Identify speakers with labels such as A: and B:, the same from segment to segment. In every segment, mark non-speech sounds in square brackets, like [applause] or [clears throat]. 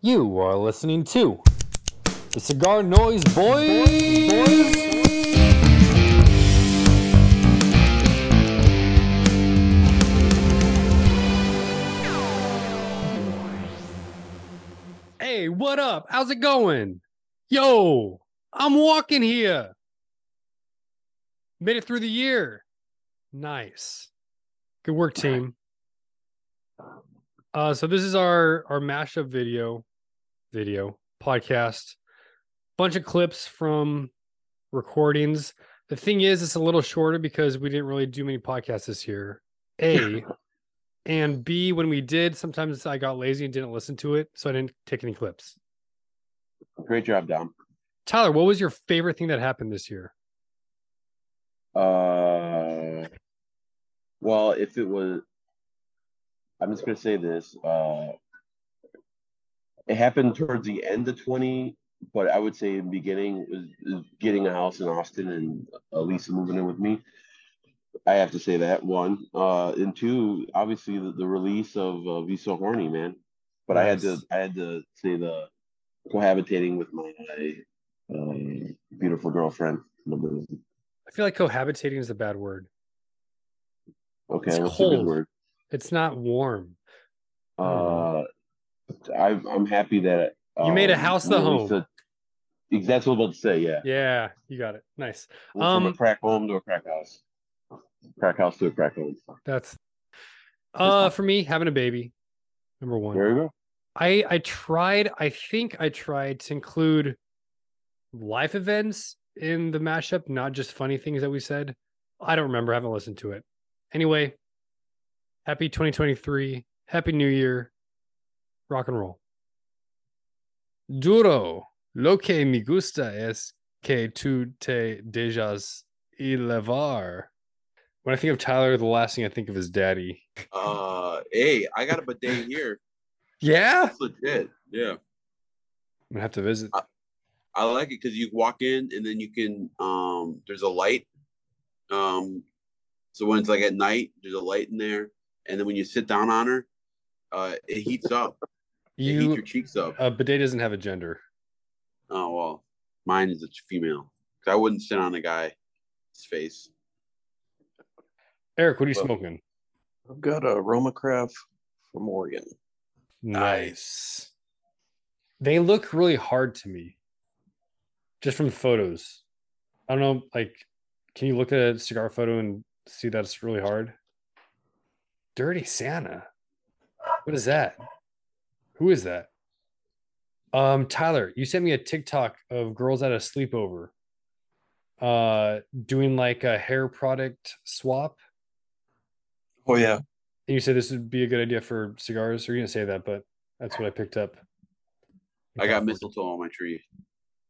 A: You are listening to the Cigar Noise Boys. Hey, what up? How's it going? Yo, I'm walking here. Made it through the year. Nice. Good work, team. Uh, so this is our our mashup video, video podcast. Bunch of clips from recordings. The thing is, it's a little shorter because we didn't really do many podcasts this year. A and B, when we did, sometimes I got lazy and didn't listen to it, so I didn't take any clips.
B: Great job, Dom.
A: Tyler, what was your favorite thing that happened this year?
B: Uh, well, if it was, I'm just gonna say this. Uh, it happened towards the end of 20, but I would say in the beginning was, is getting a house in Austin and uh, Lisa moving in with me. I have to say that one, uh, and two, obviously the, the release of uh, "Be So Horny," man. But I had to,
A: Nice.
B: I had to say the cohabitating with my uh, beautiful girlfriend.
A: I feel like cohabitating is a bad word.
B: Okay,
A: It's
B: what's a
A: cold.
B: good word?
A: It's not warm.
B: Uh, I, I'm happy that um,
A: You made a house the home.
B: Lisa- Ex- that's what I was about to say. Yeah,
A: Yeah, you got it. Nice.
B: Went from
A: Um,
B: a crack home to a crack house, crack house to a crack home.
A: That's uh for me having a baby. Number one.
B: There you go.
A: I I tried. I think I tried to include life events in the mashup, not just funny things that we said. I don't remember. I haven't listened to it. Anyway, happy 2023. Happy New Year. Rock and roll. Duro lo que me gusta es que tú te dejas elevar. When I think of Tyler, the last thing I think of is daddy.
C: Uh, hey, I got a bidet here.
A: Yeah,
C: That's legit. Yeah,
A: I'm gonna have to visit.
C: I like it because you walk in and then you can. Um, there's a light. Um, so when it's like at night, there's a light in there, and then when you sit down on her, uh, it heats up. it heats
A: You
C: your cheeks up.
A: A bidet Uh, doesn't have a gender.
C: oh well, mine is a female. 'Cause I wouldn't sit on a guy's face.
A: Eric, what are you
C: Well,
A: smoking?
D: I've got a Romacraft from Oregon.
A: Nice. They look really hard to me, just from photos. I don't know. Like, can you look at a cigar photo and see that's really hard? Dirty Santa. What is that? Who is that? Um, Tyler, you sent me a TikTok of girls at a sleepover, uh, doing like a hair product swap.
D: Oh yeah,
A: And you said this would be a good idea for cigars. Or you didn't say that, but that's what I picked up.
C: I got mistletoe on my tree.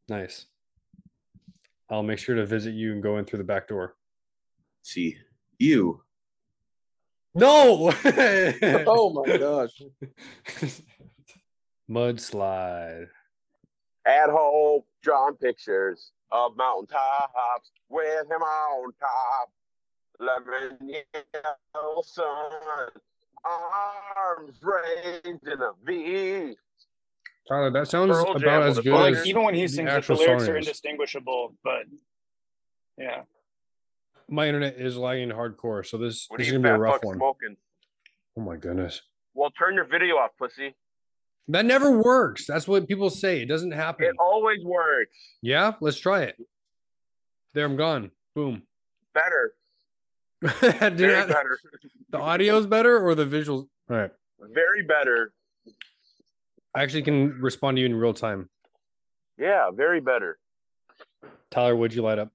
A: Nice. I'll make sure to visit you and go in through the back door.
C: See
D: [laughs]
C: you.
A: No. [laughs]
D: Oh my gosh.
A: Mudslide.
B: At home, drawing pictures of mountain tops with him on top. Lemon yellow sun, arms raised in a V.
E: Tyler, that sounds
B: Pearl Jam
E: about
B: with
E: as
B: a
E: good
B: bullet.
F: Well,
E: as
F: like even when he
E: the
F: sings it, the
E: actual
F: lyrics
E: song
F: are
E: is.
F: indistinguishable. But yeah,
A: My internet is lagging hardcore, so this,
B: What are
A: this is
B: you
A: gonna be a
B: fat
A: rough
B: fuck
A: one.
B: smoking?
A: Oh my goodness.
B: Well, turn your video off, pussy.
A: That never works. That's what people say. It doesn't happen.
B: It always works
A: yeah, let's try it. There, I'm gone. Boom. [laughs]
B: better,
A: Did
B: very
A: that-
B: better, [laughs]
A: the audio's better or the visuals? All right.
B: very better.
A: I actually can respond to you in real time.
B: Yeah, very better.
A: Tyler, would you light up?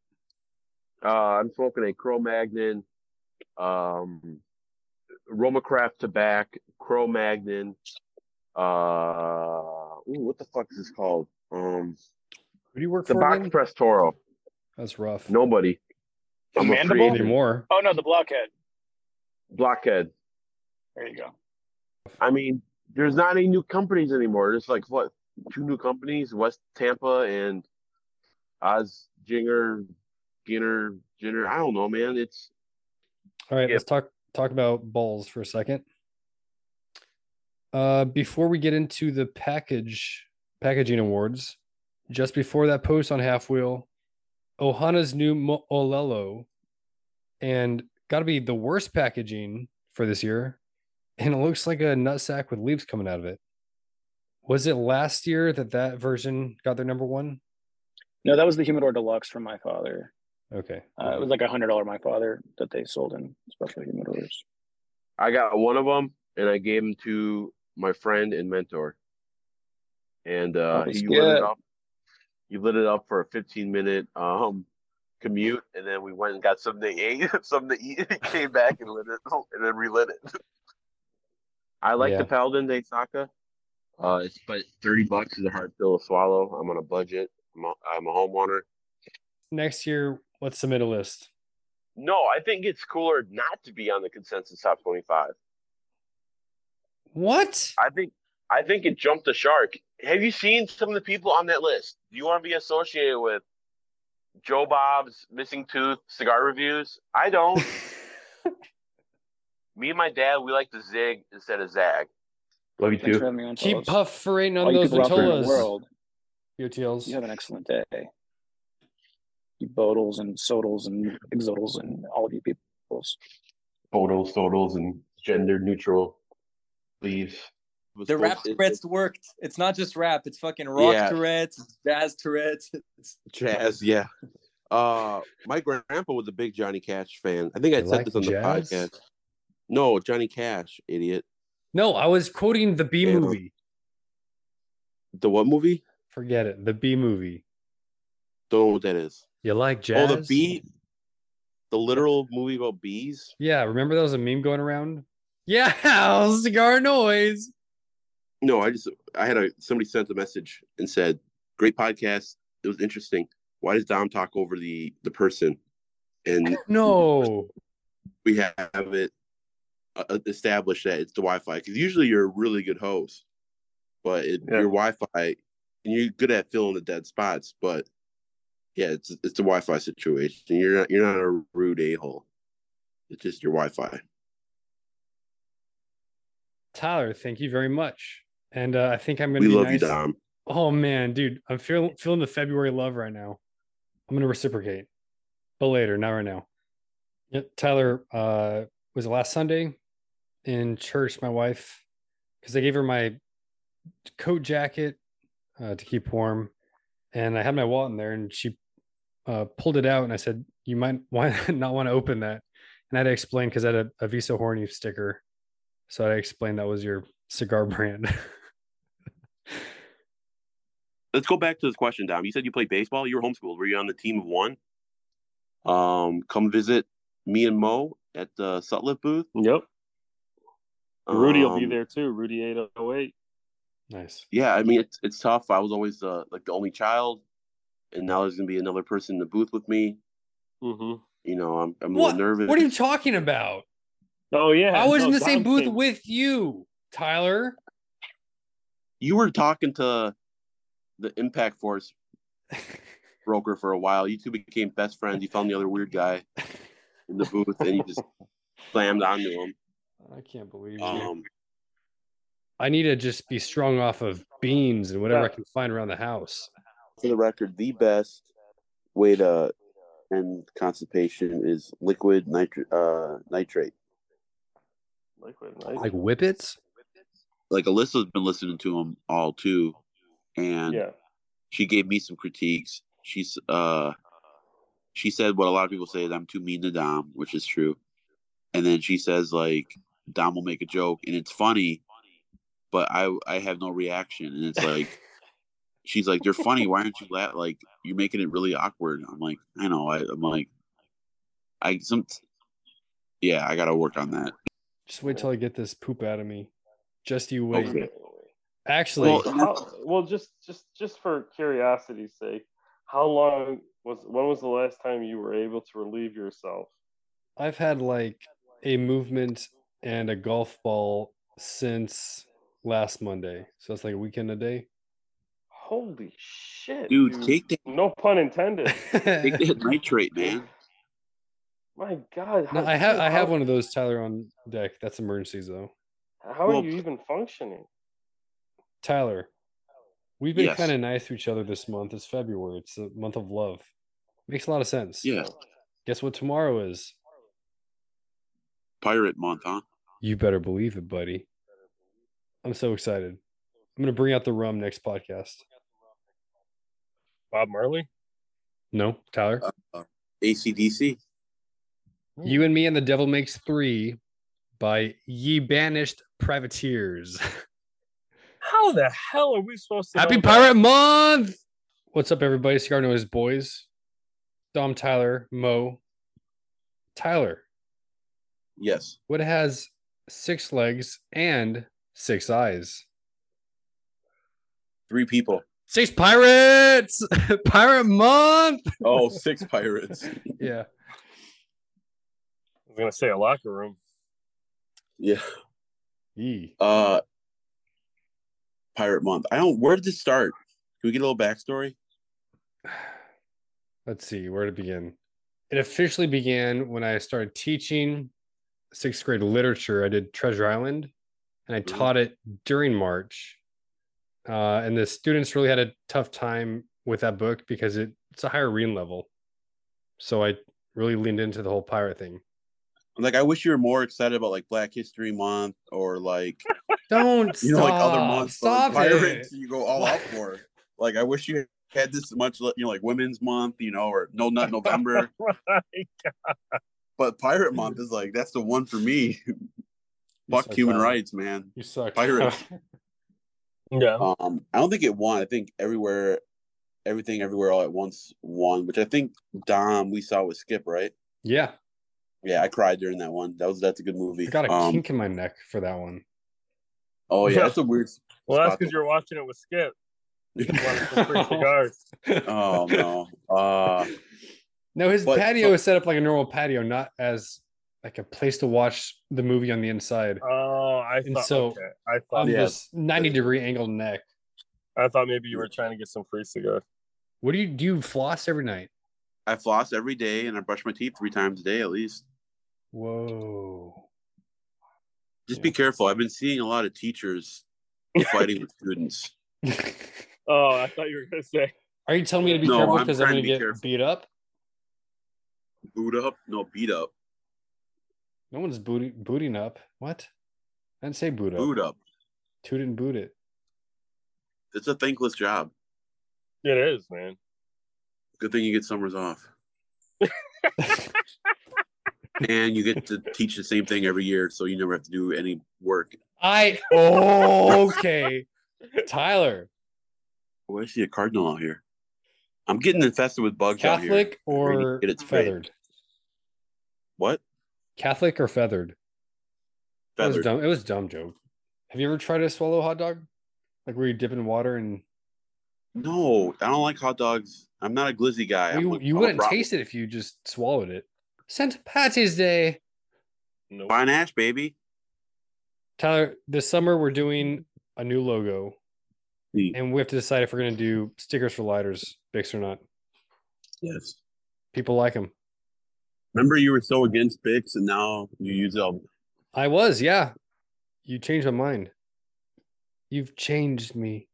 B: Uh, I'm smoking a Cro Magnon, um, Romacraft Tobac, Cro Magnon. Uh, ooh, what the fuck is this called? Um,
A: Who do you work
B: the
A: for?
B: Box
A: again?
B: Press Toro.
A: That's rough.
B: Nobody.
F: The
B: I'm a free
F: mandible?
B: agent.
A: anymore.
F: oh no, the blockhead.
B: Blockhead.
F: There you go.
B: I mean, there's not any new companies anymore. There's like what two new companies: West Tampa and Oz Jinger, Ginner, Ginner. I don't know, man. It's
A: All right,
B: Yeah.
A: let's talk talk about balls for a second. Uh, before we get into the package packaging awards, just before that post on Half Wheel, Ohana's new Mo- Olelo, and got to be the worst packaging for this year, and it looks like a nut sack with leaves coming out of it. Was it last year that that version got their number one?
G: No, that was the Humidor Deluxe from my father.
A: Okay,
G: Uh, it was like a hundred dollar my father that they sold in special humidors.
B: I got one of them, and I gave them to my friend and mentor. And uh,
G: Oh,
B: he lit
G: yeah.
B: it up. You lit it up for a 15 minute um, commute, and then we went and got something to eat, [laughs] something to eat, and came back and lit it, [laughs] and then relit it. I like
A: Yeah.
B: the Paladin de Saka. Uh, it's but 30 bucks is a hard pill to swallow. I'm on a budget. I'm a, I'm a homeowner.
A: next year, let's submit a list.
B: No, I think it's cooler not to be on the consensus top 25.
A: What?
B: I think I think it jumped the shark. Have you seen some of the people on that list? Do you want to be associated with Joe Bob's Missing Tooth cigar reviews? I [laughs] don't.
G: Oh.
A: [laughs]
B: Me and my dad, we like to zig instead of zag. Love you
G: Thanks for having me on.
A: Keep
G: fellas.
A: puffering on
G: All you
A: those
G: people out there in
A: Vitolas.
G: the world,
A: Your TLs.
G: you have an excellent day. You bodles and sodals and exodals and all of you peoples.
B: Photos, totals, and gender neutral leaves.
H: The rap Tourette's worked. It's not just rap. It's fucking rock
C: Yeah.
H: Tourette's, it's jazz Tourette's. It's
C: Jazz, yeah. Uh, my grandpa was a big Johnny Cash fan. I think I
A: You
C: said
A: like
C: this on
A: jazz?
C: the podcast. No, Johnny Cash, idiot.
A: No, I was quoting the B
C: Yeah.
A: movie.
C: The what movie?
A: Forget it. The B movie.
C: Don't know what that is.
A: You like jazz?
C: Oh, the bee, the literal movie about bees.
A: Yeah, remember that was a meme going around? Yeah, [laughs]
C: [laughs]
A: cigar noise.
C: No, I just I had a somebody sent a message and said, "Great podcast. It was interesting. Why does Dom talk over the the person?" And
A: No.
C: we have it uh, established that it's the Wi-Fi because usually you're a really good host, but it,
D: Yeah.
C: your Wi-Fi and you're good at filling the dead spots. But yeah, it's it's the Wi-Fi situation. You're not you're not a rude a hole. It's just your Wi-Fi.
A: Tyler, thank you very much. And uh, I think I'm gonna
C: We
A: be
C: love
A: nice.
C: you, Dom.
A: Oh man, dude, I'm feeling feeling the February love right now. I'm gonna reciprocate, but later, not right now. Yeah, Tyler uh, was it last Sunday in church. My wife, because I gave her my coat jacket uh, to keep warm, and I had my wallet in there, and she uh, pulled it out, and I said, "You might [laughs] want not want to open that," and I had to explain because I had a, a Visa horny sticker, so I explained that was your cigar [laughs] brand.
B: Let's go back to this question, Dom. You said you played baseball. You were homeschooled. Were you on the team of one? Um, come visit me and Mo at the Sutliff booth.
D: Yep. Rudy will be
C: Um,
D: there too. Rudy 808.
A: nice.
C: yeah, I mean it's it's tough. I was always uh, like the only child, and now there's gonna be another person in the booth with me.
D: Mm-hmm.
C: You know, I'm I'm a
A: What?
C: little nervous.
A: What are you talking about?
D: Oh, yeah.
A: I was
D: No,
A: in the same
D: Dom
A: booth
D: came-
A: with you, [laughs] Tyler.
C: You were talking to the Impact Force broker for a while. You two became best friends. You found the other weird guy in the booth, and you
D: [laughs]
C: just slammed onto him.
A: I can't believe you.
C: Um,
A: I need to just be strung off of beans and whatever I can find around the house.
C: for the record, the best way to end constipation is liquid nitri- uh, nitrate.
D: Liquid,
A: Like whippets?
C: Like Alyssa's been listening to them all too, and
D: Yeah.
C: she gave me some critiques. She's uh she said what a lot of people say is I'm too mean to Dom, which is true. And then she says like Dom will make a joke and it's funny, but I I have no reaction and it's like she's like they're funny. Why aren't you la- like you're making it really awkward? I'm like I know I, I'm like I some yeah I gotta work on that.
A: Just wait till I get this poop out of me. Just you wait.
C: Okay.
A: Actually,
C: Well,
D: How, well, just just just for curiosity's sake, how long was when was the last time you were able to relieve yourself?
A: I've had like a movement and a golf ball since last Monday. So it's like a weekend
C: [laughs]
A: a day. [laughs]
D: Holy shit,
C: dude, take that
D: No pun [laughs] intended.
C: take that nitrate, man.
D: My God,
A: No,
D: how-
A: I have
D: dude,
A: I have
D: how-
A: one of those Tyler on deck. That's emergencies though.
G: How are
B: Well,
G: you even functioning?
A: Tyler, we've been
B: Yes.
A: kind of nice to each other this month. It's February. It's the month of love. Makes a lot of sense.
B: Yeah,
A: Guess what tomorrow is?
B: pirate month, huh?
A: You better believe it, buddy. I'm so excited. I'm gonna bring out the rum next podcast.
D: Bob Marley.
A: No, Tyler.
B: Uh, ACDC.
A: you and me and the Devil Makes Three by Ye Banished
B: [laughs]
A: Privateers.
D: How the hell are we supposed to?
A: Happy
D: know
A: Pirate Month! What's up, everybody? Cigar Noise Boys. Dom Tyler, Mo. Tyler,
B: Yes.
A: what has six legs and six eyes?
B: Three people.
A: Six [laughs]
B: [laughs]
A: pirates! Pirate Month!
B: Oh, six pirates.
A: Yeah.
D: I was gonna say a locker room. [laughs]
B: Yeah.
A: Yee.
B: Uh Pirate Month. I don't where did this start? Can we get a little backstory?
A: let's see where to begin. It officially began when I started teaching sixth grade literature. I did Treasure Island and I
B: Mhm.
A: taught it during March. Uh, and the students really had a tough time with that book because it, it's a higher reading level. So I really leaned into the whole pirate thing.
B: Like I wish you were more excited about like Black History Month
A: [laughs]
B: or like
A: Don't
B: [laughs] you know like other months. but, like,
A: Stop it.
B: pirates you go all out for. Like I wish you had this much you know like Women's Month, you know, or No Nut
A: [laughs]
B: November.
D: Right.
B: but Pirate Month is like that's the one for me.
A: You
B: Fuck
A: suck,
B: human
A: Tyler.
B: rights, man.
A: You suck.
B: Pirates.
D: yeah.
A: Oh.
B: Um, I don't think it won. I think everywhere, everything, everywhere, all at once won, which I think Dom we saw with Skip, right?
A: [laughs] yeah.
B: Yeah, I cried during that one. That was that's a good movie.
A: I got a
B: Um,
A: kink in my neck for that one.
B: oh yeah,
A: [laughs]
B: that's a weird. [laughs]
D: Well, that's
B: spot
D: because
B: to-
D: you're watching it with [laughs] Skip. You wanted some free cigars.
B: [laughs] Oh no. Uh,
A: No, his
B: But-
A: patio
B: but-
A: is set up like a normal patio, not as like a place to watch the movie on the inside.
D: Oh, I
A: And
D: thought.
A: so-
D: okay. I
A: On
D: thought.
B: yeah.
A: this ninety degree angled neck.
D: I thought maybe you were trying to get some free cigars.
A: What do you do? You floss every night.
B: I floss every day and I brush my teeth three times a day at least.
A: Whoa. [laughs]
B: Just be careful. I've been seeing a lot of teachers
A: [laughs]
B: fighting with students.
D: Oh, I thought you were gonna say.
A: Are you telling me to be
B: No,
A: careful
B: I'm
A: because I'm
B: trying to
A: going to get
B: be careful.
A: beat up?
B: Boot up? No, beat up.
A: No one's booty, booting up. What? I didn't say boot up.
B: Boot up.
A: Toot and boot it.
B: It's a thankless job.
D: [laughs] It is, man.
B: Good thing you get summers off. and you get to teach the same thing every year, so you never have to do any work.
A: I
B: [laughs]
A: okay, Tyler,
B: Oh, I see a cardinal out here. I'm getting infested with bugs out here.
A: Catholic
B: need to
A: or
B: get it sprayed.
A: feathered?
B: What?
A: Catholic or feathered? That was
B: Feathered.
A: dumb. It was a dumb joke. Have you ever tried to swallow a hot dog? Like where you dip in water and
B: No, I don't like hot dogs. I'm not a glizzy guy. I'm
A: you,
B: a-
A: you
B: I'm a
A: wouldn't
B: brat-
A: taste it if you just swallowed it. St. Patty's Day.
D: Nope.
B: Fine ash, baby.
A: Tyler, this summer we're doing a new logo.
B: Hmm.
A: And we have to decide if we're gonna do stickers for lighters, Bix or not.
B: Yes.
A: People like them.
B: Remember, you were so against Bix, and now you use them.
A: I was, yeah. You changed my mind. You've changed me.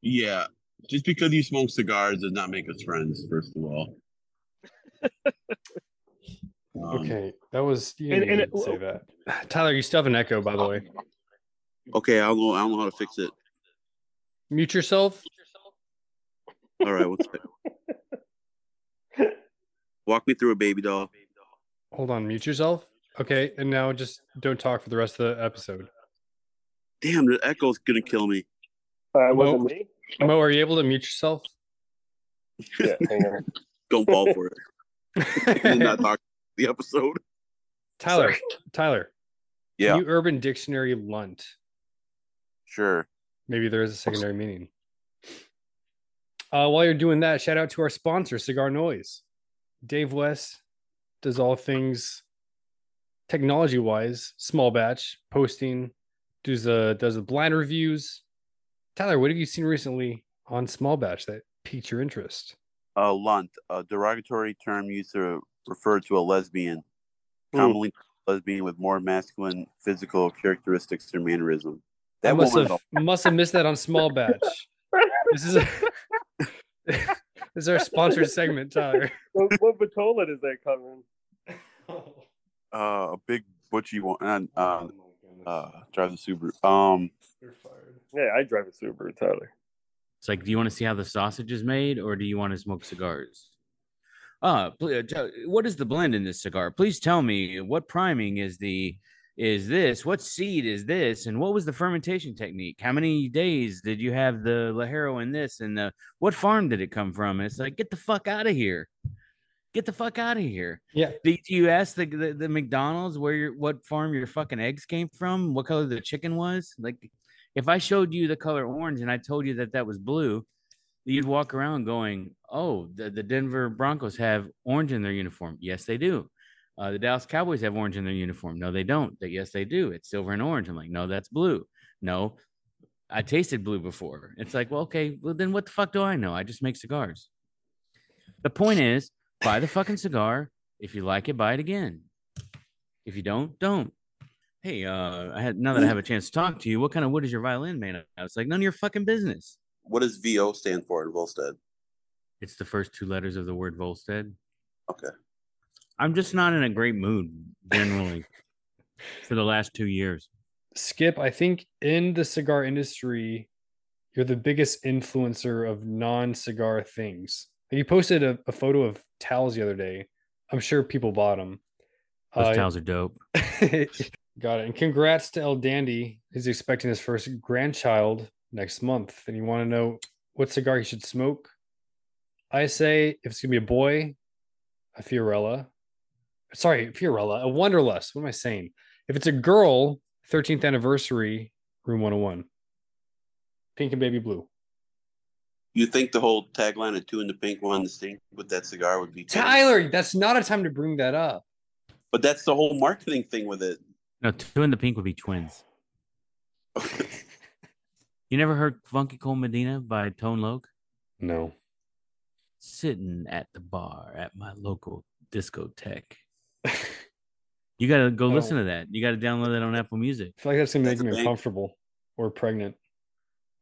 B: Yeah. Just because you smoke cigars does not make us friends, first of all. Um,
A: [laughs] okay, that was you
D: and-
A: didn't
D: and
A: need
D: it-
A: to say that. [sighs] Tyler, you still have an echo, by the way.
B: Okay, I'll go. I don't know how to fix it.
A: Mute yourself.
B: All right, what's [laughs] Walk me through it, baby doll.
A: Hold on, mute yourself. Okay, and now just don't talk for the rest of the episode.
B: Damn, the echo's gonna kill me.
G: Uh, was
A: Well-
G: it me?
A: Mo, are you able to mute
B: [laughs]
A: yourself?
D: Yeah, hang on. [laughs]
B: Don't fall for it. Did [laughs] not talk the episode.
A: Tyler, Tyler,
B: Yeah,
A: new Urban Dictionary lunt.
B: sure.
A: Maybe there is a secondary meaning. Uh, while you're doing that, shout out to our sponsor, Cigar Noise. Dave West does all things technology wise, small batch posting, does the does the blind reviews. Tyler, what have you seen recently on small batch that piqued your interest?
B: Uh, lunt, a derogatory term used to refer to a lesbian, commonly lesbian with more masculine physical characteristics or mannerism.
A: I
B: That
A: must
B: woman's
A: have [laughs] must have missed that on small batch. This is a, [laughs] this is our sponsored segment, Tyler.
D: what, what Vitola does that [laughs] cover? Oh,
B: a, uh, a big butchy one. and, Uh, uh, drive the Subaru. Um,
D: Yeah, I drive a Subaru, Tyler.
I: It's like, do you want to see how the sausage is made, or do you want to smoke cigars? Uh, pl- uh, tell- what is the blend in this cigar? Please tell me what priming is the is this? What seed is this? And what was the fermentation technique? How many days did you have the lajero in this? And the what farm did it come from? And it's like, get the fuck out of here. Get the fuck out of here.
A: Yeah.
I: Do, do you ask the, the the McDonald's where your what farm your fucking eggs came from? What color the chicken was? Like, if I showed you the color orange and I told you that that was blue, you'd walk around going, "Oh, the, the Denver Broncos have orange in their uniform." Yes, they do. Uh, the Dallas Cowboys have orange in their uniform. No, they don't. They, yes, they do. It's silver and orange. I'm like, no, that's blue. No, I tasted blue before. It's like, well, okay, well then what the fuck do I know? I just make cigars. The point is, buy the fucking cigar. If you like it, buy it again. If you don't, don't. Hey, uh, I had now that I have a chance to talk to you, what kind of wood is your violin made of? I was like, none of your fucking business.
B: what does VO stand for in Volstead?
I: It's the first two letters of the word Volstead.
B: Okay.
I: I'm just not in a great mood generally for the last two years.
A: Skip, I think in the cigar industry, you're the biggest influencer of non-cigar things. You posted a, a photo of towels the other day. I'm sure people bought Uh, them.
I: Those towels are dope.
A: [laughs] Got it. And congrats to El Dandy. He's expecting his first grandchild next month. And you want to know what cigar he should smoke? I say if it's going to be a boy, a Fiorella. Sorry, Fiorella, a Wonderlust. What am I saying? If it's a girl, 13th anniversary, room 101. Pink and baby blue.
B: You think the whole tagline of two in the pink, one in the stink with that cigar would be
A: Tyler, that's not a time to bring that up.
B: But that's the whole marketing thing with it. [laughs]
I: No, two in the pink would be twins. you never heard Funky Cole Medina by Tone Loc?
A: [laughs] No.
I: Sitting at the bar at my local discotheque. You gotta go
A: Oh.
I: listen to that. You gotta download that on Apple Music.
A: I feel like that's going to make
B: That's a
A: me
B: big-
A: uncomfortable or pregnant.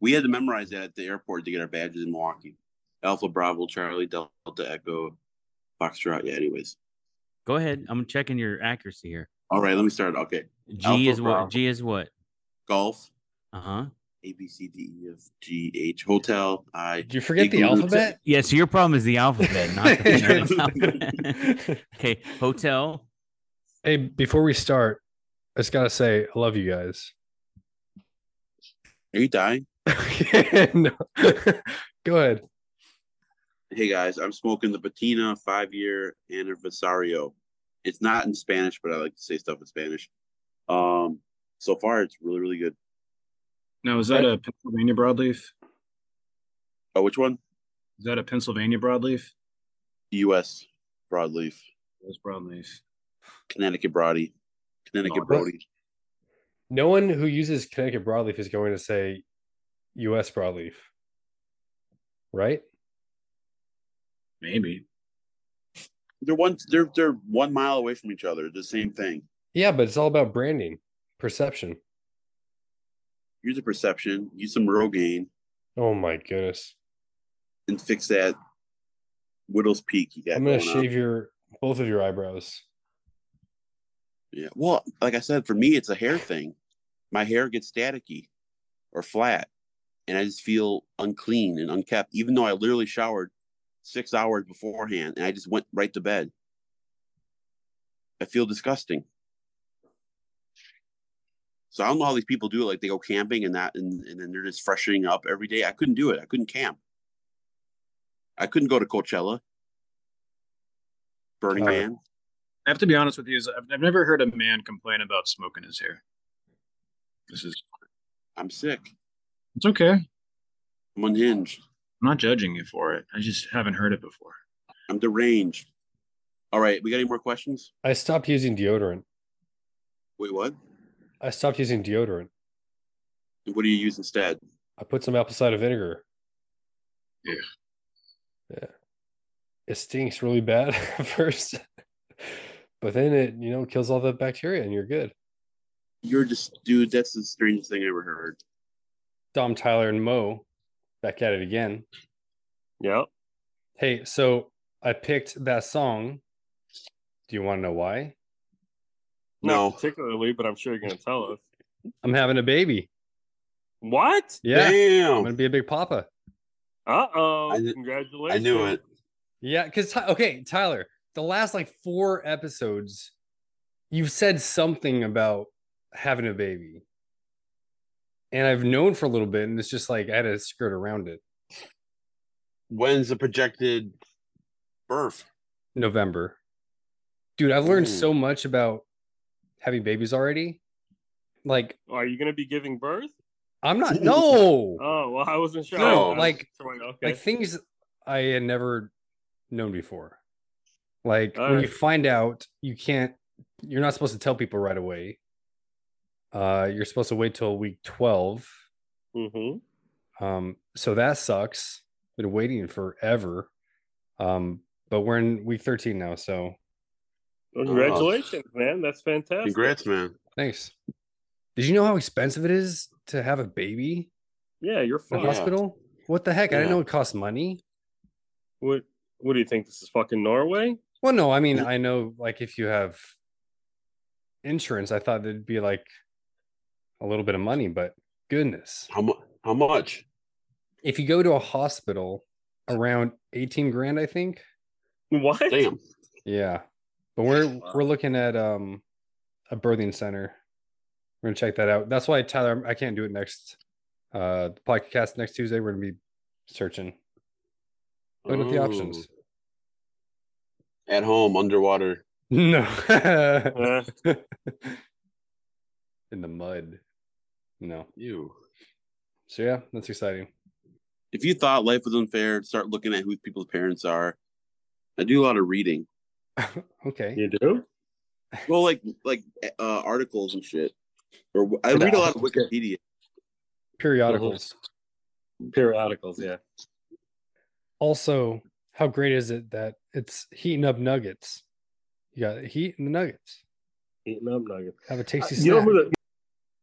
B: We had to memorize that at the airport to get our badges in Milwaukee. Alpha Bravo Charlie Delta Echo Foxtrot. Yeah. Anyways,
I: Go ahead. I'm checking your accuracy here.
B: all right. Let me start. Okay.
I: G
B: Alpha
I: is what?
B: Bravo.
I: G is what?
B: Golf.
I: Uh huh.
B: A B C D E F G H Hotel. I.
A: Did you forget the
B: Igloo.
A: alphabet?
I: Yeah. So your problem is the alphabet,
A: [laughs]
I: not the phonetic alphabet. [laughs] okay. Hotel.
A: Hey, before we start, I just gotta say I love you guys. [laughs]
B: Are you dying?
A: No. [laughs] Go ahead.
B: Hey guys, I'm smoking the Patina five year anniversario. It's not in Spanish, but I like to say stuff in Spanish. Um, so far it's really really good.
E: Now, is that a Pennsylvania broadleaf?
B: Oh, which one?
E: Is that a Pennsylvania broadleaf?
B: U.S. broadleaf,
E: That's broadleaf.
B: Connecticut Brody, Connecticut
E: Oh,
B: Brody.
A: No one who uses Connecticut broadleaf is going to say U.S. broadleaf, right?
E: Maybe.
B: They're one. They're they're one mile away from each other. The same thing.
A: Yeah, but it's all about branding, perception.
B: Use a perception. Use some Rogaine
A: Oh my goodness!
B: and fix that Whittle's Peak you got
A: I'm gonna
B: going on.
A: shave your both of your eyebrows.
B: Yeah. Well, like I said, for me, it's a hair thing. My hair gets staticky or flat, and I just feel unclean and unkept, even though I literally showered six hours beforehand and I just went right to bed. I feel disgusting. So I don't know how these people do it. Like they go camping and that, and, and then they're just freshening up every day. I couldn't do it. I couldn't camp. I couldn't go to Coachella, Burning
A: Uh,
B: Man.
E: I have to be honest with you. is I've, I've never heard a man complain about smoking his hair. This is
B: I'm sick.
E: it's okay. I'm
B: I'm unhinged.
E: not judging you for it. I just haven't heard it before.
B: I'm deranged. All right, we got any more questions?
A: I stopped using deodorant.
B: Wait, what?
A: I stopped using deodorant.
B: What do you use instead?
A: I put some apple cider vinegar.
E: Yeah.
A: [laughs] Yeah. It stinks really bad at first, but then it you know kills all the bacteria and you're good.
B: You're just, dude. That's the strangest thing I ever heard.
A: Dom, Tyler, and Mo back at it again.
D: Yeah.
A: Hey, so I picked that song. Do you want to know why?
B: No.
D: Not particularly, but I'm sure you're gonna tell us.
A: I'm having a baby.
D: What?
A: Yeah, I'm
B: Damn.
A: gonna be a big papa.
D: Uh
B: I
D: oh!
B: kn- I
D: Congratulations.
B: knew it.
A: Yeah, because okay, Tyler, the last like four episodes, you've said something about having a baby, and I've known for a little bit, and it's just like I had to skirt around it.
B: When's the projected birth?
A: November, dude, I've learned
B: Ooh.
A: so much about having babies already. Like,
D: Are you gonna be giving birth?
A: I'm not no
D: Oh well, I wasn't sure.
A: No,
D: I was
A: like-
D: just throwing- okay.
A: like things I had never known before. Like when you
D: Alright.
A: find out, you can't. You're not supposed to tell people right away. Uh, you're supposed to wait till week twelve.
B: Oh,
D: Mhm.
A: Um, so that sucks. Been waiting forever. Um, but we're in week thirteen now. So
D: Congratulations, man. That's fantastic.
B: Congrats, man.
A: thanks. Did you know how expensive it is to have a baby
D: Yeah, you're
A: in a
D: fine.
B: Oh, Yeah.
A: hospital? What the heck? I didn't
B: Yeah.
A: know it cost money.
D: What What do you think? This is fucking Norway? [laughs]
A: Well, no, I mean,
B: Mhm.
A: I know like if you have insurance, I thought there'd be like a little bit of money, but goodness.
B: How much? How much?
A: If you go to a hospital around 18 grand, I think.
D: What?
B: Damn.
A: Yeah. But we're we're looking at um a birthing center. We're gonna check that out. That's why Tyler, I can't do it next uh the podcast next Tuesday. We're gonna be searching, looking at the options.
B: Ooh. At home, underwater.
A: [laughs] No. [laughs]
D: Uh,
A: In the mud. No.
B: You.
A: So yeah, that's exciting.
B: If you thought life was unfair, start looking at who people's parents are. I do a lot of reading.
A: [laughs] okay.
D: you do?
B: Well, like like uh, articles and shit. Or I read a lot of Wikipedia.
A: Periodicals.
D: Periodicals, yeah.
A: Also, how great is it that it's heating up nuggets? You got the heat in the nuggets.
D: Eating up nuggets.
A: Have a tasty
D: You know
A: snack.
D: who the,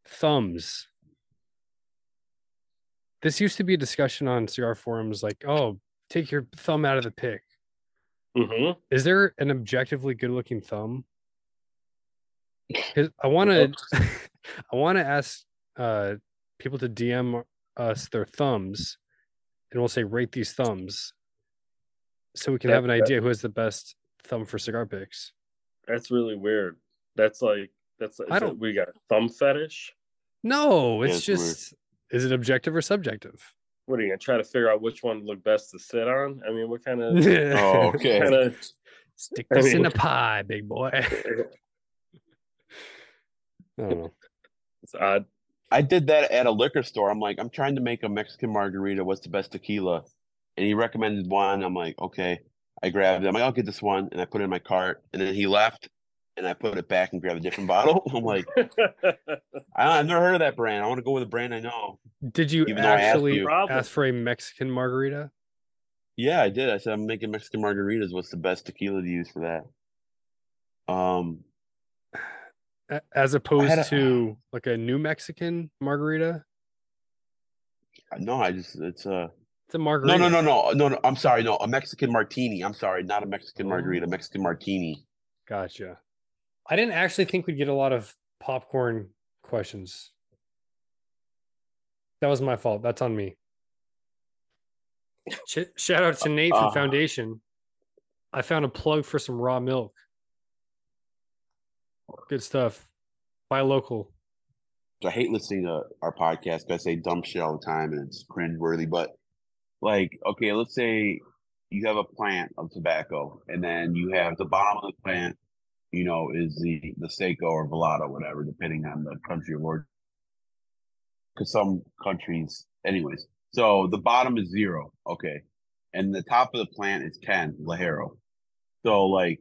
A: Thumbs. This used to be a discussion on cigar forums like, oh, take your thumb out of the pick.
D: Mhm.
A: Is there an objectively good looking thumb? 'Cause
B: [laughs]
A: I want to, [laughs] I want to ask uh, people to DM us their thumbs, and we'll say rate these thumbs, so we can
D: That-
A: have an
D: that-
A: idea who has the best thumb for cigar picks.
D: That's really weird. That's like that's like,
A: I don't-
D: we got thumb fetish.
A: No, it's
B: Yes, we're-
A: just is it objective or
B: [laughs]
A: subjective?
D: What are you gonna try to figure out which one looked best to sit on? I mean, what
B: [laughs]
D: kind of
A: oh,
B: okay.
D: [laughs] kind of
A: [laughs] Stick
D: I
A: this in
D: mean-
A: the pie, big boy.
B: [laughs]
A: I don't know.
D: it's odd. [laughs]
B: I did that at a liquor store. I'm like, I'm trying to make a Mexican margarita. What's the best tequila? And he recommended one. I'm like, okay. I grabbed it. I'm like, I'll get this one. And I put it in my cart. And then he left and I put it back and grabbed a different bottle. [laughs] I'm like, I, I've never heard of that brand. I want to go with a brand I know.
A: Did you
B: Even though I asked
A: actually
B: you.
A: ask,
D: Problem.
A: for a Mexican margarita?
B: Yeah, I did. I said, I'm making Mexican margaritas. What's the best tequila to use for that? Um,
A: A- as opposed
B: a-
A: to like a New Mexican margarita.
B: no, I just, it's a,
A: It's a margarita.
B: no, no, no, no, no, no. I'm sorry. No, a Mexican martini. I'm sorry. Not a Mexican
A: Oh.
B: margarita, Mexican martini.
A: Gotcha. I didn't actually think we'd get a lot of popcorn questions. That was my fault. That's on me. Sh- Shout out to Nate from
B: Uh.
A: Foundation. I found a plug for some raw milk. Good stuff. Buy local.
B: I hate listening to our podcast because I say dumb shit all the time and it's cringeworthy. But like, okay, let's say you have a plant of tobacco, and then you have the bottom of the plant, you know, is the the Seiko or Velato, whatever, depending on the country of origin. Because some countries, anyways. So the bottom is zero, okay, and the top of the plant is ten, Lajero. So like,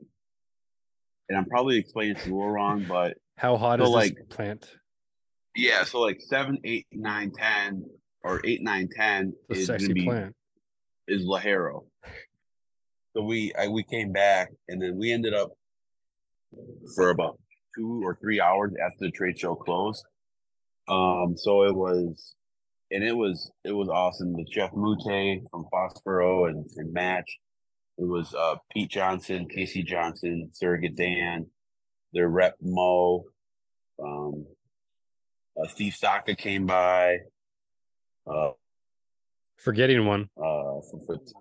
B: and I'm probably explaining this a little wrong, but
A: How hot
B: So,
A: is this
B: like-
A: plant?
B: yeah, so like seven, eight, nine, ten, or eight, nine, ten
A: The
B: is
A: sexy
B: gonna be
A: plant.
B: is Lajero. So we I, we came back and then we ended up for about two or three hours after the trade show closed. Um, so it was, and it was it was awesome with Jeff Mute from Foxborough and, and Match. It was uh, Pete Johnson, Casey Johnson, Surrogate Dan, their rep Mo, um, uh, Steve Saka came by. Uh,
A: Forgetting one.
B: uh, from, Frat-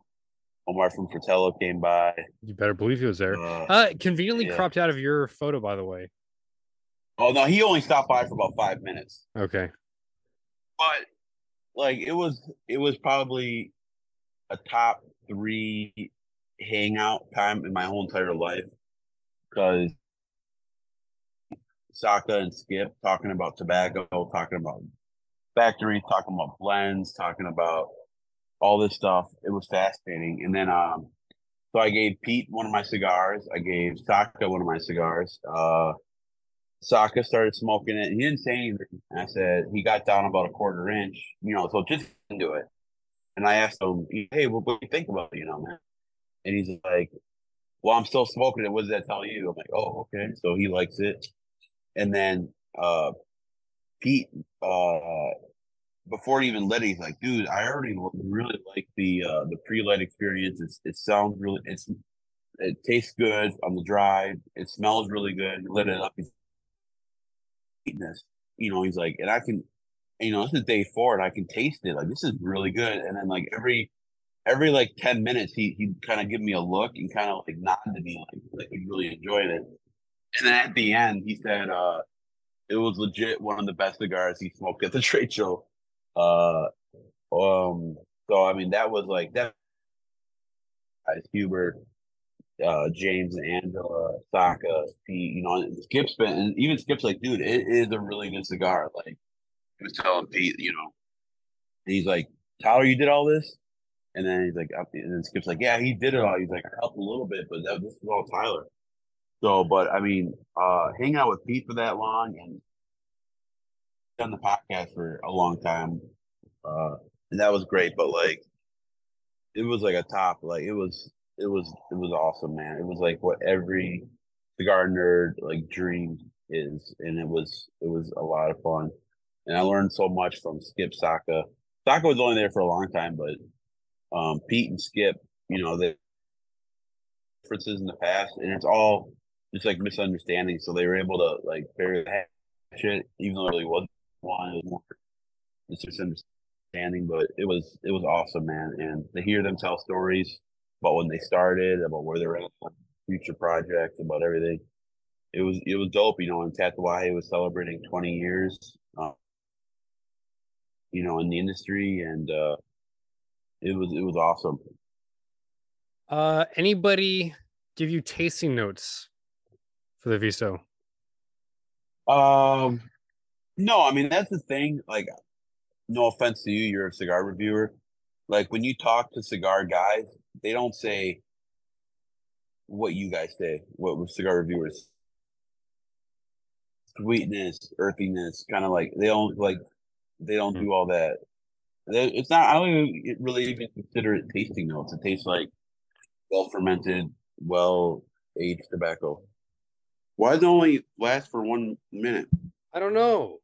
B: Omar from Fratello came by.
A: You better believe he was there.
B: Uh,
A: Uh, conveniently
B: yeah.
A: cropped out of your photo, by the way.
B: oh no, he only stopped by for about five minutes.
A: Okay.
B: but like it was it was probably a top three hangout time in my whole entire life because Saka and Skip talking about tobacco, talking about factory, talking about blends, talking about all this stuff. It was fascinating. And then um so I gave Pete one of my cigars. I gave Saka one of my cigars. Uh Saka started smoking it. He didn't say anything. I said he got down about a quarter inch, you know, so just into it. And I asked him, "Hey, what, what do you think about it, you know, man?" And he's like, "Well, I'm still smoking it. What does that tell you?" I'm like, "Oh, okay." So he likes it. And then uh, Pete, uh, before he even lit, it, he's like, "Dude, I already l- really like the uh, the pre light experience. It's, it sounds really it's." It tastes good on the drive. It smells really good. Lit it up. He's sweetness. You know, he's like, and I can, you know, this is day four, and I can taste it. Like this is really good. And then like every, every like ten minutes, he he kind of give me a look and kind of like nod to me, like like he's really enjoying it. And then at the end, he said, uh, it was legit one of the best cigars he smoked at the [laughs] trade show. Uh, um, so I mean, that was like that. Ice Huber, uh, James and Angela, Saka, Pete, you know, and Skip's been, and even Skip's like, dude, it is a really good cigar. Like, he was telling Pete, you know, and he's like, Tyler, you did all this? And then he's like, up- and then Skip's like, yeah, he did it all. He's like, I helped a little bit, but that, this is all Tyler. So, but I mean, uh, hang out with Pete for that long and done the podcast for a long time. Uh, and that was great, but like, it was like a top, like, it was, it was it was awesome, man. It was like what every cigar nerd like dream is, and it was it was a lot of fun, and I learned so much from Skip Saka. Saka was only there for a long time, but um, Pete and Skip, you know, the differences in the past, and it's all it's like misunderstandings. So they were able to like bury the shit, even though it really wasn't one. It was more it's just understanding, but it was it was awesome, man. And to hear them tell stories about when they started, about where they're at, future projects, about everything. It was it was dope, you know. And Tatuaje was celebrating 20 years, uh, you know, in the industry, and uh, it was it was awesome.
A: Uh, anybody give you tasting notes for the Viso?
B: Um, no, I mean that's the thing. Like, no offense to you, you're a cigar reviewer. Like when you talk to cigar guys, they don't say what you guys say. What cigar reviewers? Sweetness, earthiness, kind of like they don't like they don't do all that. They, it's not. I don't even really even consider it tasting notes. It tastes like well fermented, well aged tobacco.
C: Why does it only last for one minute?
A: I don't know.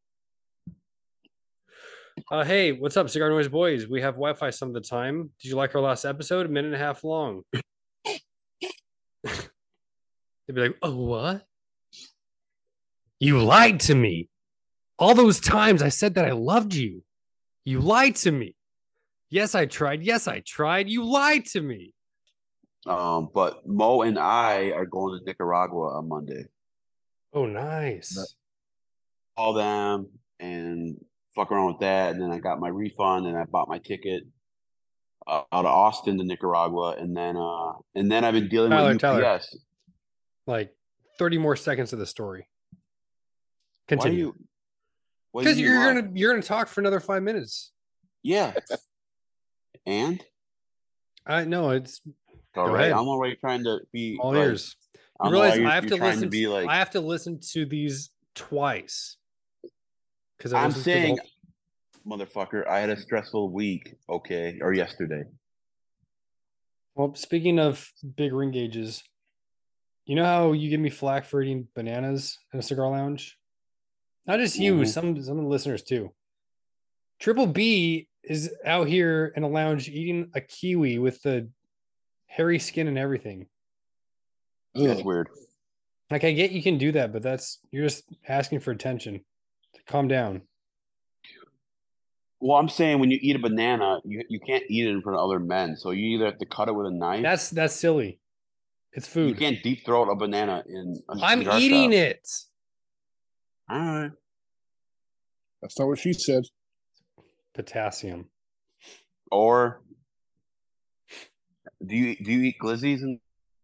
A: Uh, hey, what's up, Cigar Noise Boys? We have Wi Fi some of the time. Did you like our last episode? A minute and a half long. [laughs] They'd be like, oh, what? You lied to me. All those times I said that I loved you. You lied to me. Yes, I tried. Yes, I tried. You lied to me.
B: Um, but Mo and I are going to Nicaragua on Monday.
A: Oh, nice.
B: Call them and fuck around with that. And then I got my refund and I bought my ticket uh, out of Austin to Nicaragua. And then, uh, and then I've been dealing
A: Tyler,
B: with
A: Tyler.
B: UPS.
A: Like 30 more seconds of the story.
B: Why are
A: Continue.
B: you? why do
A: because
B: you
A: you're
B: lie?
A: gonna you're gonna talk for another five minutes.
B: yeah. and
A: I know it's
B: all
A: Go
B: right,
A: ahead.
B: I'm already trying to be
A: all
B: like,
A: ears. You
B: I'm
A: realize
B: already-
A: I have
B: you're
A: to
B: trying
A: listen.
B: to be like
A: I have to listen to these twice. Because
B: I'm saying, motherfucker. I had a stressful week, okay, or yesterday.
A: Well, speaking of big ring gauges, You know how you give me flack for eating bananas in a cigar lounge? Not just you,
B: Mm-hmm.
J: Mhm.
A: some some of the listeners too. Triple B is out here in a lounge eating a kiwi with the hairy skin and everything.
J: That's weird.
A: Like I get you can do that, but that's you're just asking for attention. Calm down.
B: Well, I'm saying when you eat a banana, you, you can't eat it in front of other men. So you either have to cut it with a knife.
A: That's that's silly. It's
B: you
A: food.
B: can't deep throat a banana in. i
A: I'm eating it.
B: All right.
K: That's not what she said.
A: Potassium.
B: Or do you do you eat glizzies in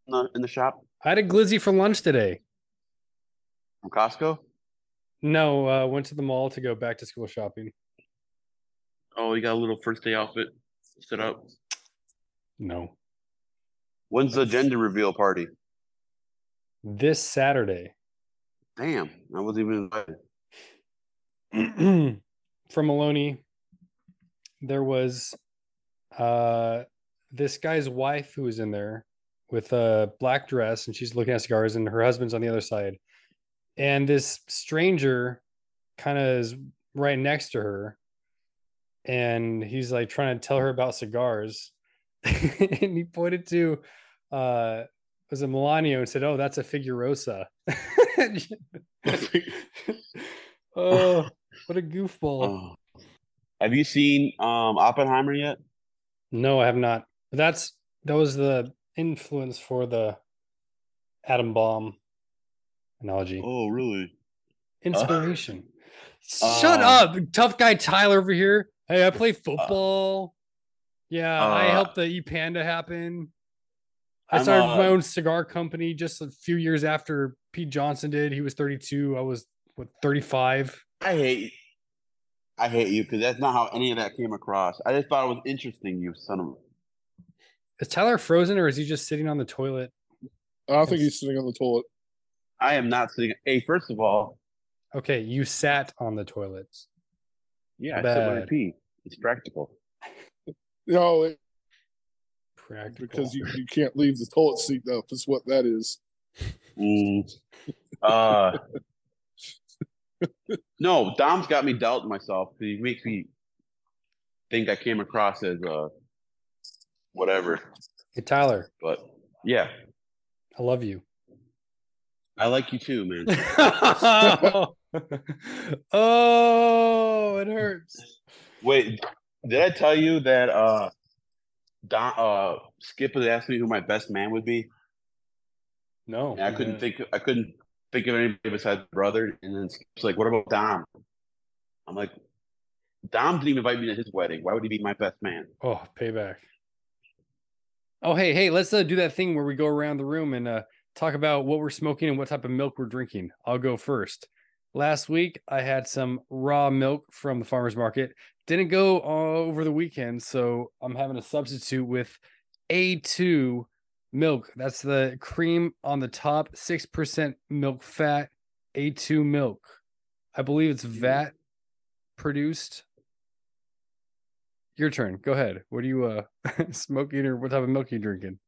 B: the in the shop
A: I had a glizzy for lunch today.
B: from Costco?
A: No, uh, went to the mall to go back to school shopping.
B: Oh, you got a little first day outfit set up.
A: No.
B: When's the gender reveal party?
A: This Saturday
B: Damn, I wasn't even invited.
A: [clears throat] from Maloney, there was uh, this guy's wife who was in there with a black dress and she's looking at cigars and her husband's on the other side. And this stranger kind of is right next to her and he's like trying to tell her about cigars. [laughs] and he pointed to uh it was a Melania and said, Oh, that's a Figuerosa. [laughs] oh, what a goofball.
B: Oh. Have you seen um, Oppenheimer yet?
A: No, I have not. But that's that was the influence for the atom bomb analogy.
B: Oh, really?
A: Inspiration.
B: [laughs] Uh,
A: Shut up, tough guy Tyler over here. Hey, I play football. yeah, I
B: uh,
A: helped the E Panda happen. I
B: I'm,
A: started
B: uh,
A: my own cigar company just a few years after Pete Johnson did. He was 32. I was what 35.
B: I hate. I hate you because that's not how any of that came across. I just thought it was interesting. You son of. a-
A: Is Tyler frozen or is he just sitting on the toilet?
K: I don't think he's sitting on the toilet.
B: I am not sitting. Hey, first of all,
A: Okay, you sat on the toilet.
B: yeah, I sit when I
A: Bad.
B: pee. It's practical.
K: No, it-
A: Practical.
K: because you, you can't leave the toilet seat up. Is what that is.
B: Mm. Uh, no, Dom's got me doubting myself. He makes me think I came across as uh, whatever.
A: Hey, Tyler,
B: But yeah,
A: I love
K: [laughs]
A: you.
B: I like you too, man. [laughs]
A: oh, it hurts.
B: Wait, did I tell you that uh, Don, uh, Skip had asked me who my best man would be?
A: No,
B: And I couldn't think. I couldn't think of anybody besides brother. And then it's like, "What about Dom?" I'm like, "Dom didn't even invite me to his wedding. Why would he be my best man?"
A: Oh, payback. Oh, hey, hey, let's uh, do that thing where we go around the room and uh, talk about what we're smoking and what type of milk we're drinking. I'll go first. Last week, I had some raw milk from the farmer's market. Didn't go uh, over the weekend, so I'm having a substitute with A2 milk. That's the cream on the top, 6% milk fat, A2 milk. I believe it's VAT produced. Your turn. Go ahead. What are you uh [laughs] smoking or what type of milk are you drinking?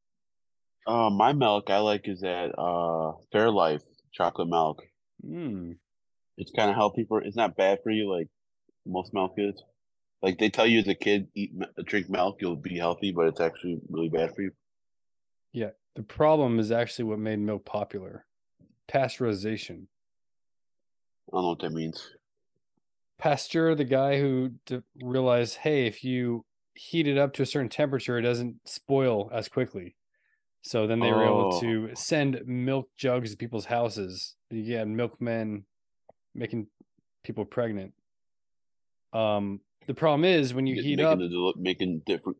B: Uh, my milk I like is that uh, Fairlife chocolate milk. Hmm.
A: Mm.
B: It's kind of healthy for. It's not bad for you like most milk is. Like they tell you as a kid, eat mi- drink milk, you'll be healthy, but it's actually really bad for you.
A: The problem is actually what made milk popular. Pasteurization.
B: I don't know what that means.
A: Pasteur, the guy who d- realized, hey, if you heat it up to a certain temperature, it doesn't spoil as quickly. So then they were able
B: Oh.
A: to send milk jugs to people's houses. You had milkmen making people pregnant. Um, the problem is when you
B: Get-
A: heat
B: making
A: up
B: the deli- making different.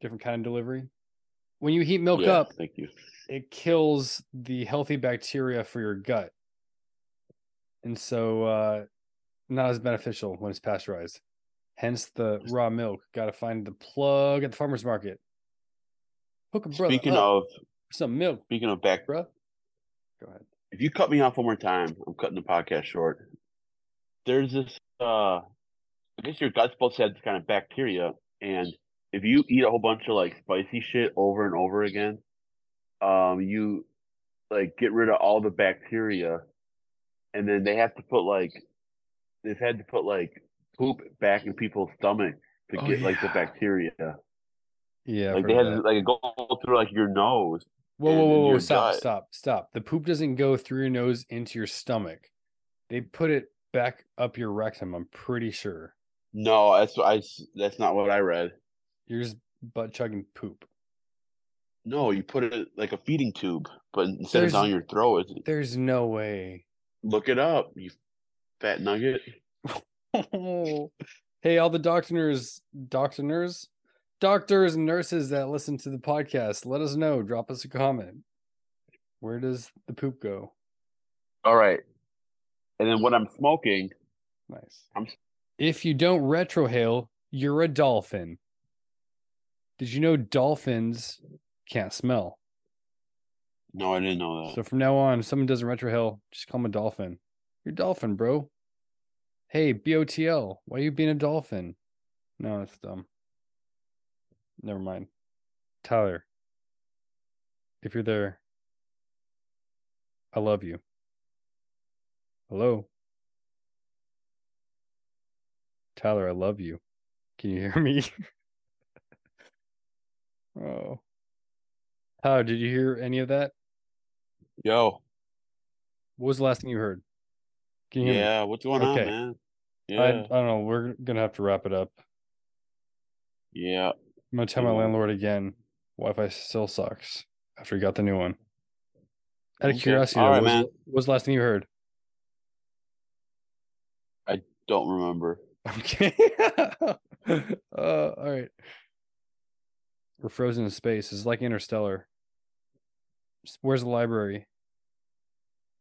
A: different kind of delivery. When you heat milk
B: yeah,
A: up,
B: Thank you.
A: it kills the healthy bacteria for your gut and so uh not as beneficial when it's pasteurized hence the raw milk got to find the plug at the farmers market hook a brother
B: Speaking
A: up
B: of
A: with some milk
B: speaking of back
A: bruh go ahead
B: if you cut me off one more time, I'm cutting the podcast short. There's this, uh, I guess your gut's supposed to have this kind of bacteria, and if you eat a whole bunch of like spicy shit over and over again, um, you like get rid of all the bacteria, and then they have to put like they've had to put like poop back in people's stomach to
A: Oh,
B: get like the
A: yeah.
B: bacteria.
A: Yeah,
B: like they had to like go through like your nose.
A: Whoa, whoa,
B: and-
A: whoa,
B: and
A: whoa!
B: your
A: Stop,
B: gut.
A: stop, stop! The poop doesn't go through your nose into your stomach. They put it back up your rectum. I'm pretty sure.
B: No, that's what I. s- That's not what I read.
A: You're just butt chugging poop.
B: No, you put it like a feeding tube, but instead
A: There's-
B: of down your throat, it's,
A: There's no way.
B: look it up. You fat nugget.
A: hey, all the doctors, doctors, doctors, and nurses that listen to the podcast, let us know. Drop us a comment. Where does the poop go?
B: All right. And then what I'm smoking,
A: Nice.
B: I'm
A: If you don't retrohale, you're a dolphin. Did you know dolphins can't smell?
B: no, I didn't know that.
A: So from now on, if someone doesn't retrohale, just call them a dolphin. You're a dolphin, bro. Hey, BOTL, why you being a dolphin? No, that's dumb. Never mind. Tyler, if you're there, I love you. Hello? Tyler, I love you. Can you hear [laughs] me? oh. Tyler, did you hear any of that?
B: Yo,
A: What was the last thing you heard? Can you hear me?
B: yeah, what's going
A: Okay.
B: on, man?
A: I, I
B: Yeah,
A: don't know. We're gonna have to wrap it up.
B: yeah.
A: I'm gonna tell my
B: Yeah.
A: landlord again. Wi-Fi still sucks after he got the new one. Out of
B: Okay.
A: curiosity,
B: All
A: though,
B: right,
A: what, was,
B: man.
A: what was the last thing you heard? [laughs]
B: Don't remember.
A: Okay. [laughs] uh, all right. We're frozen in space. It's like Interstellar. S- Where's the library?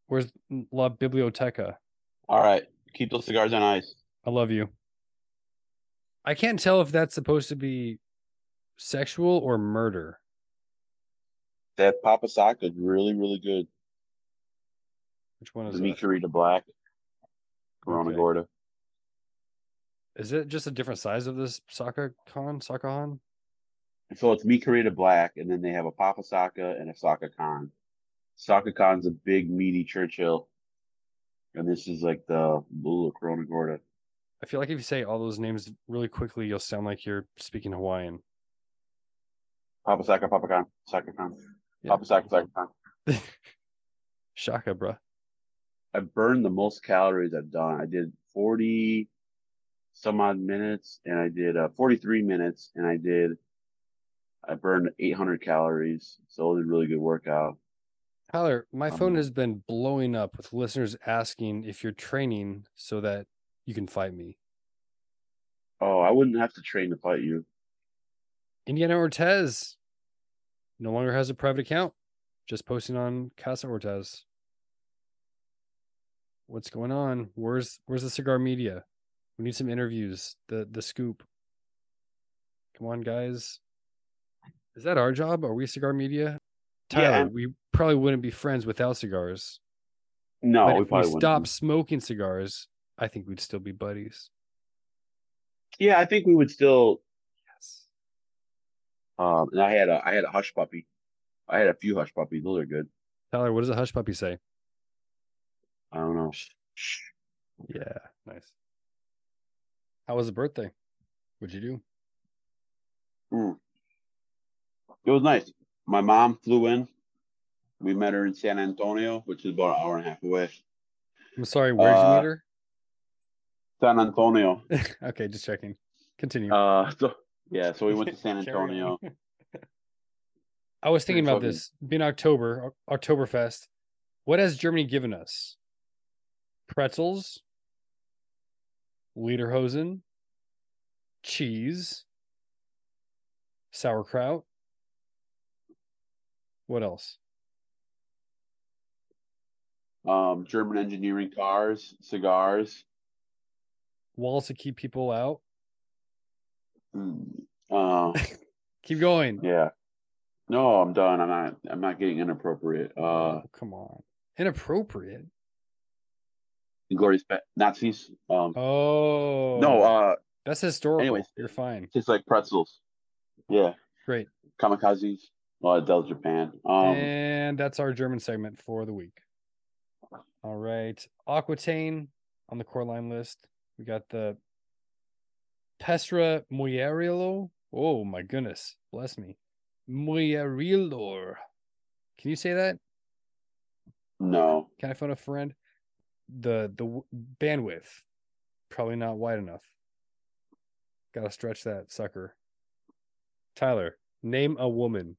A: Where's La Biblioteca?
B: All right, keep those cigars on ice.
A: I love you. I can't tell if that's supposed to be sexual or murder.
B: That Papa Sock is really, really good.
A: Which one is
B: The
A: it?
B: Micarita Black, Corona
A: Okay.
B: Gorda.
A: Is it just a different size of this soccer con? Soccer con?
B: So it's Micarita Black, and then they have a Papa Saka and a Saka Khan. Saka Khan's a big, meaty Churchill. And this is like the Lula Corona Gorda.
A: I feel like if you say all those names really quickly, you'll sound like you're speaking Hawaiian. [laughs]
B: Papa Saka, Papa Khan, Saka Khan.
A: Yeah.
B: Papa Saka, Saka Khan.
A: Shaka, bruh.
B: I burned the most calories I've done. I did 40 some odd minutes and I did uh, 43 minutes and I did, I burned 800 calories. So it was a really good workout.
A: Tyler, my phone
B: Um,
A: has been blowing up with listeners asking if you're training so that you can fight me.
B: Oh, I wouldn't have to train to fight you.
A: Indiana Ortez no longer has a private account, just posting on Casa Ortez. What's going on? Where's where's the cigar media? We need some interviews. The the scoop. Come on, guys. Is that our job? Are we cigar media?
B: Yeah,
A: Tyler,
B: I'm-
A: we probably wouldn't be friends without cigars.
B: No,
A: but
B: we
A: if we
B: probably wouldn't.
A: stopped smoking cigars, I think we'd still be buddies.
B: Yeah, I think we would still
A: Yes.
B: Um, and I had a I had a hush puppy. I had a few hush puppies. Those are good.
A: Tyler, what does a hush puppy say?
B: I don't know.
A: Yeah, nice. How was the birthday? What'd you do?
B: It was nice. My mom flew in. We met her in San Antonio, which is about an hour and a half away.
A: I'm sorry, where'd you
B: Uh,
A: meet her? [laughs]
B: San Antonio.
A: okay, just checking. Continue.
B: Uh, so yeah, so we
A: [laughs]
B: went to San
A: Carry on.
B: Antonio.
A: I was thinking about
B: fucking-
A: this being October, O- Oktoberfest. What has Germany given us? Pretzels, Lederhosen, cheese, sauerkraut. What else?
B: Um, German engineering cars, cigars,
A: Walls to keep people out.
B: Mm, uh,
A: Keep going.
B: yeah. No, I'm done. I'm not. I'm not getting inappropriate. Uh,
A: Oh, come on. Inappropriate.
B: glorious Nazis. Um,
A: Oh
B: no. Uh,
A: that's historical.
B: anyways.
A: You're fine.
B: tastes like pretzels. Yeah.
A: Great.
B: Kamikazes. Well, it does Japan. Um,
A: and that's our German segment for the week. All right. Aquitaine on the core line list. We got the Pestra Muieriello. Oh my goodness. Bless me. Muieriello. Can you say that?
B: No.
A: Can I phone a friend? The the w- bandwidth probably not wide enough. Got to stretch that sucker. Tyler, name a woman.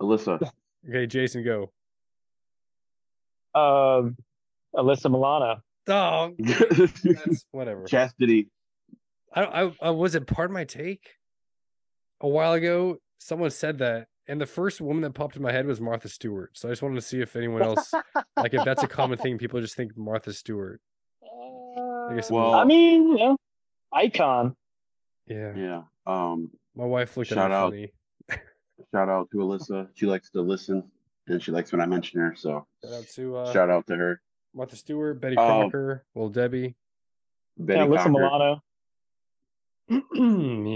B: Alyssa.
A: Okay, Jason, go.
L: Um, Alyssa Milana.
A: Oh,
B: [laughs]
A: that's whatever.
B: Chastity.
A: I, I, I was it part of my take a while ago. Someone said that, and the first woman that popped in my head was Martha Stewart. So I just wanted to see if anyone
B: [laughs]
A: else, like, if that's a common thing, people just think Martha Stewart. I guess
B: Well-
L: I mean, you know, icon.
A: yeah,
B: yeah. Um,
A: my wife looked at
B: Shout
A: me
B: out.
A: funny.
B: shout out to Alyssa. She likes to listen, and she likes when I mention her. So
A: Shout out to uh,
B: shout out to her.
A: Martha Stewart, Betty
B: Um,
A: Crocker, Little Debbie. [clears throat]
B: Betty Cocker.
A: me,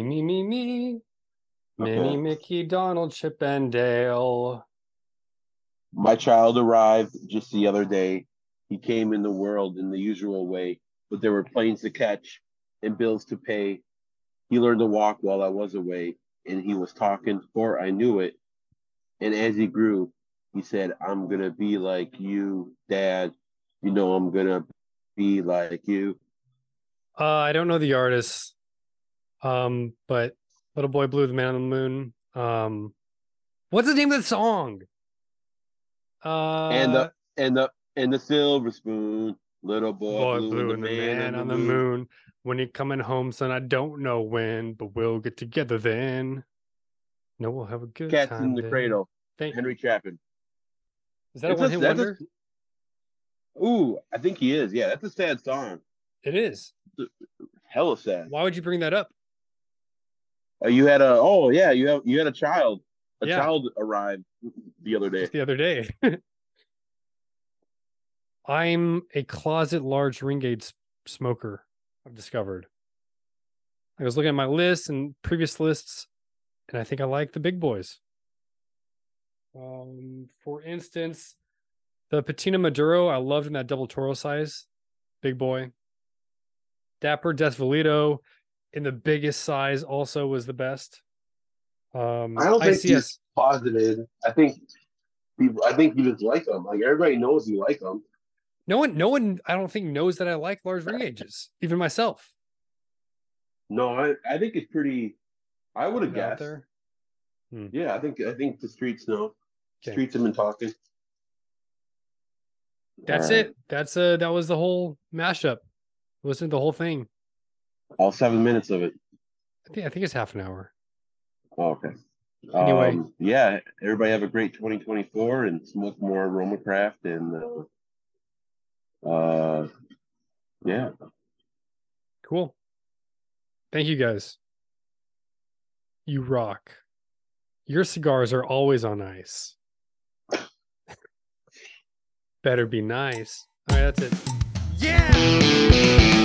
A: me, me, me. Minnie,
B: Okay.
A: Mickey, Donald, Chip, and Dale.
B: My child arrived just the other day. He came in the world in the usual way, but there were planes to catch and bills to pay. He learned to walk while I was away, and he was talking before I knew it. And as he grew, he said, I'm going to be like you, Dad. You know, I'm going to be like you.
A: Uh, I don't know the artist, um, but Little Boy Blue, The Man on the Moon. Um, what's the name of the song? Uh,
B: and the and the and the silver spoon, little
A: Boy
B: boy, blue, and the man,
A: on the moon. When you're coming home, son, I don't know when, but we'll get together then. No, we'll have a good
B: Cats
A: time.
B: in the
A: then.
B: Cradle.
A: Thank
B: Henry Chapin.
A: Is that a
B: It's
A: one hit
B: that's
A: wonder?
B: ooh, I think he is. Yeah, that's a sad song.
A: It is.
B: Hella sad.
A: Why would you bring that up?
B: Uh, you had a oh yeah, you have you had a child. A
A: Yeah.
B: child arrived the other day.
A: Just the other day. [laughs] I'm a closet large Ringade s- smoker, I've discovered. I was looking at my list and previous lists, and I think I like the big boys. Um, for instance, the Patina Maduro, I loved in that double Toro size, big boy. Dapper Desvalito in the biggest size also was the best. Um,
M: I don't think
A: ICS.
M: he's positive. I think people. I think you just like him. Like everybody knows you like him.
A: No one, no one, I don't think knows that I like large ring ages, even myself.
B: No, I, I think it's pretty I would have
A: Put it out
B: guessed.
A: there.
B: Yeah, I think I think the streets know.
A: Okay.
B: Streets have been talking.
A: That's
B: All right.
A: it. That's uh that was the whole mashup. Listen to the whole thing.
B: All seven minutes of it.
A: I think I think it's half an hour.
B: Oh, okay.
A: Anyway.
B: Um, yeah, everybody have a great 2024 and smoke more Aroma Craft and uh, uh yeah.
A: Cool. Thank you guys. You rock. Your cigars are always on ice. [laughs] Better be nice. All right, that's it.
N: Yeah.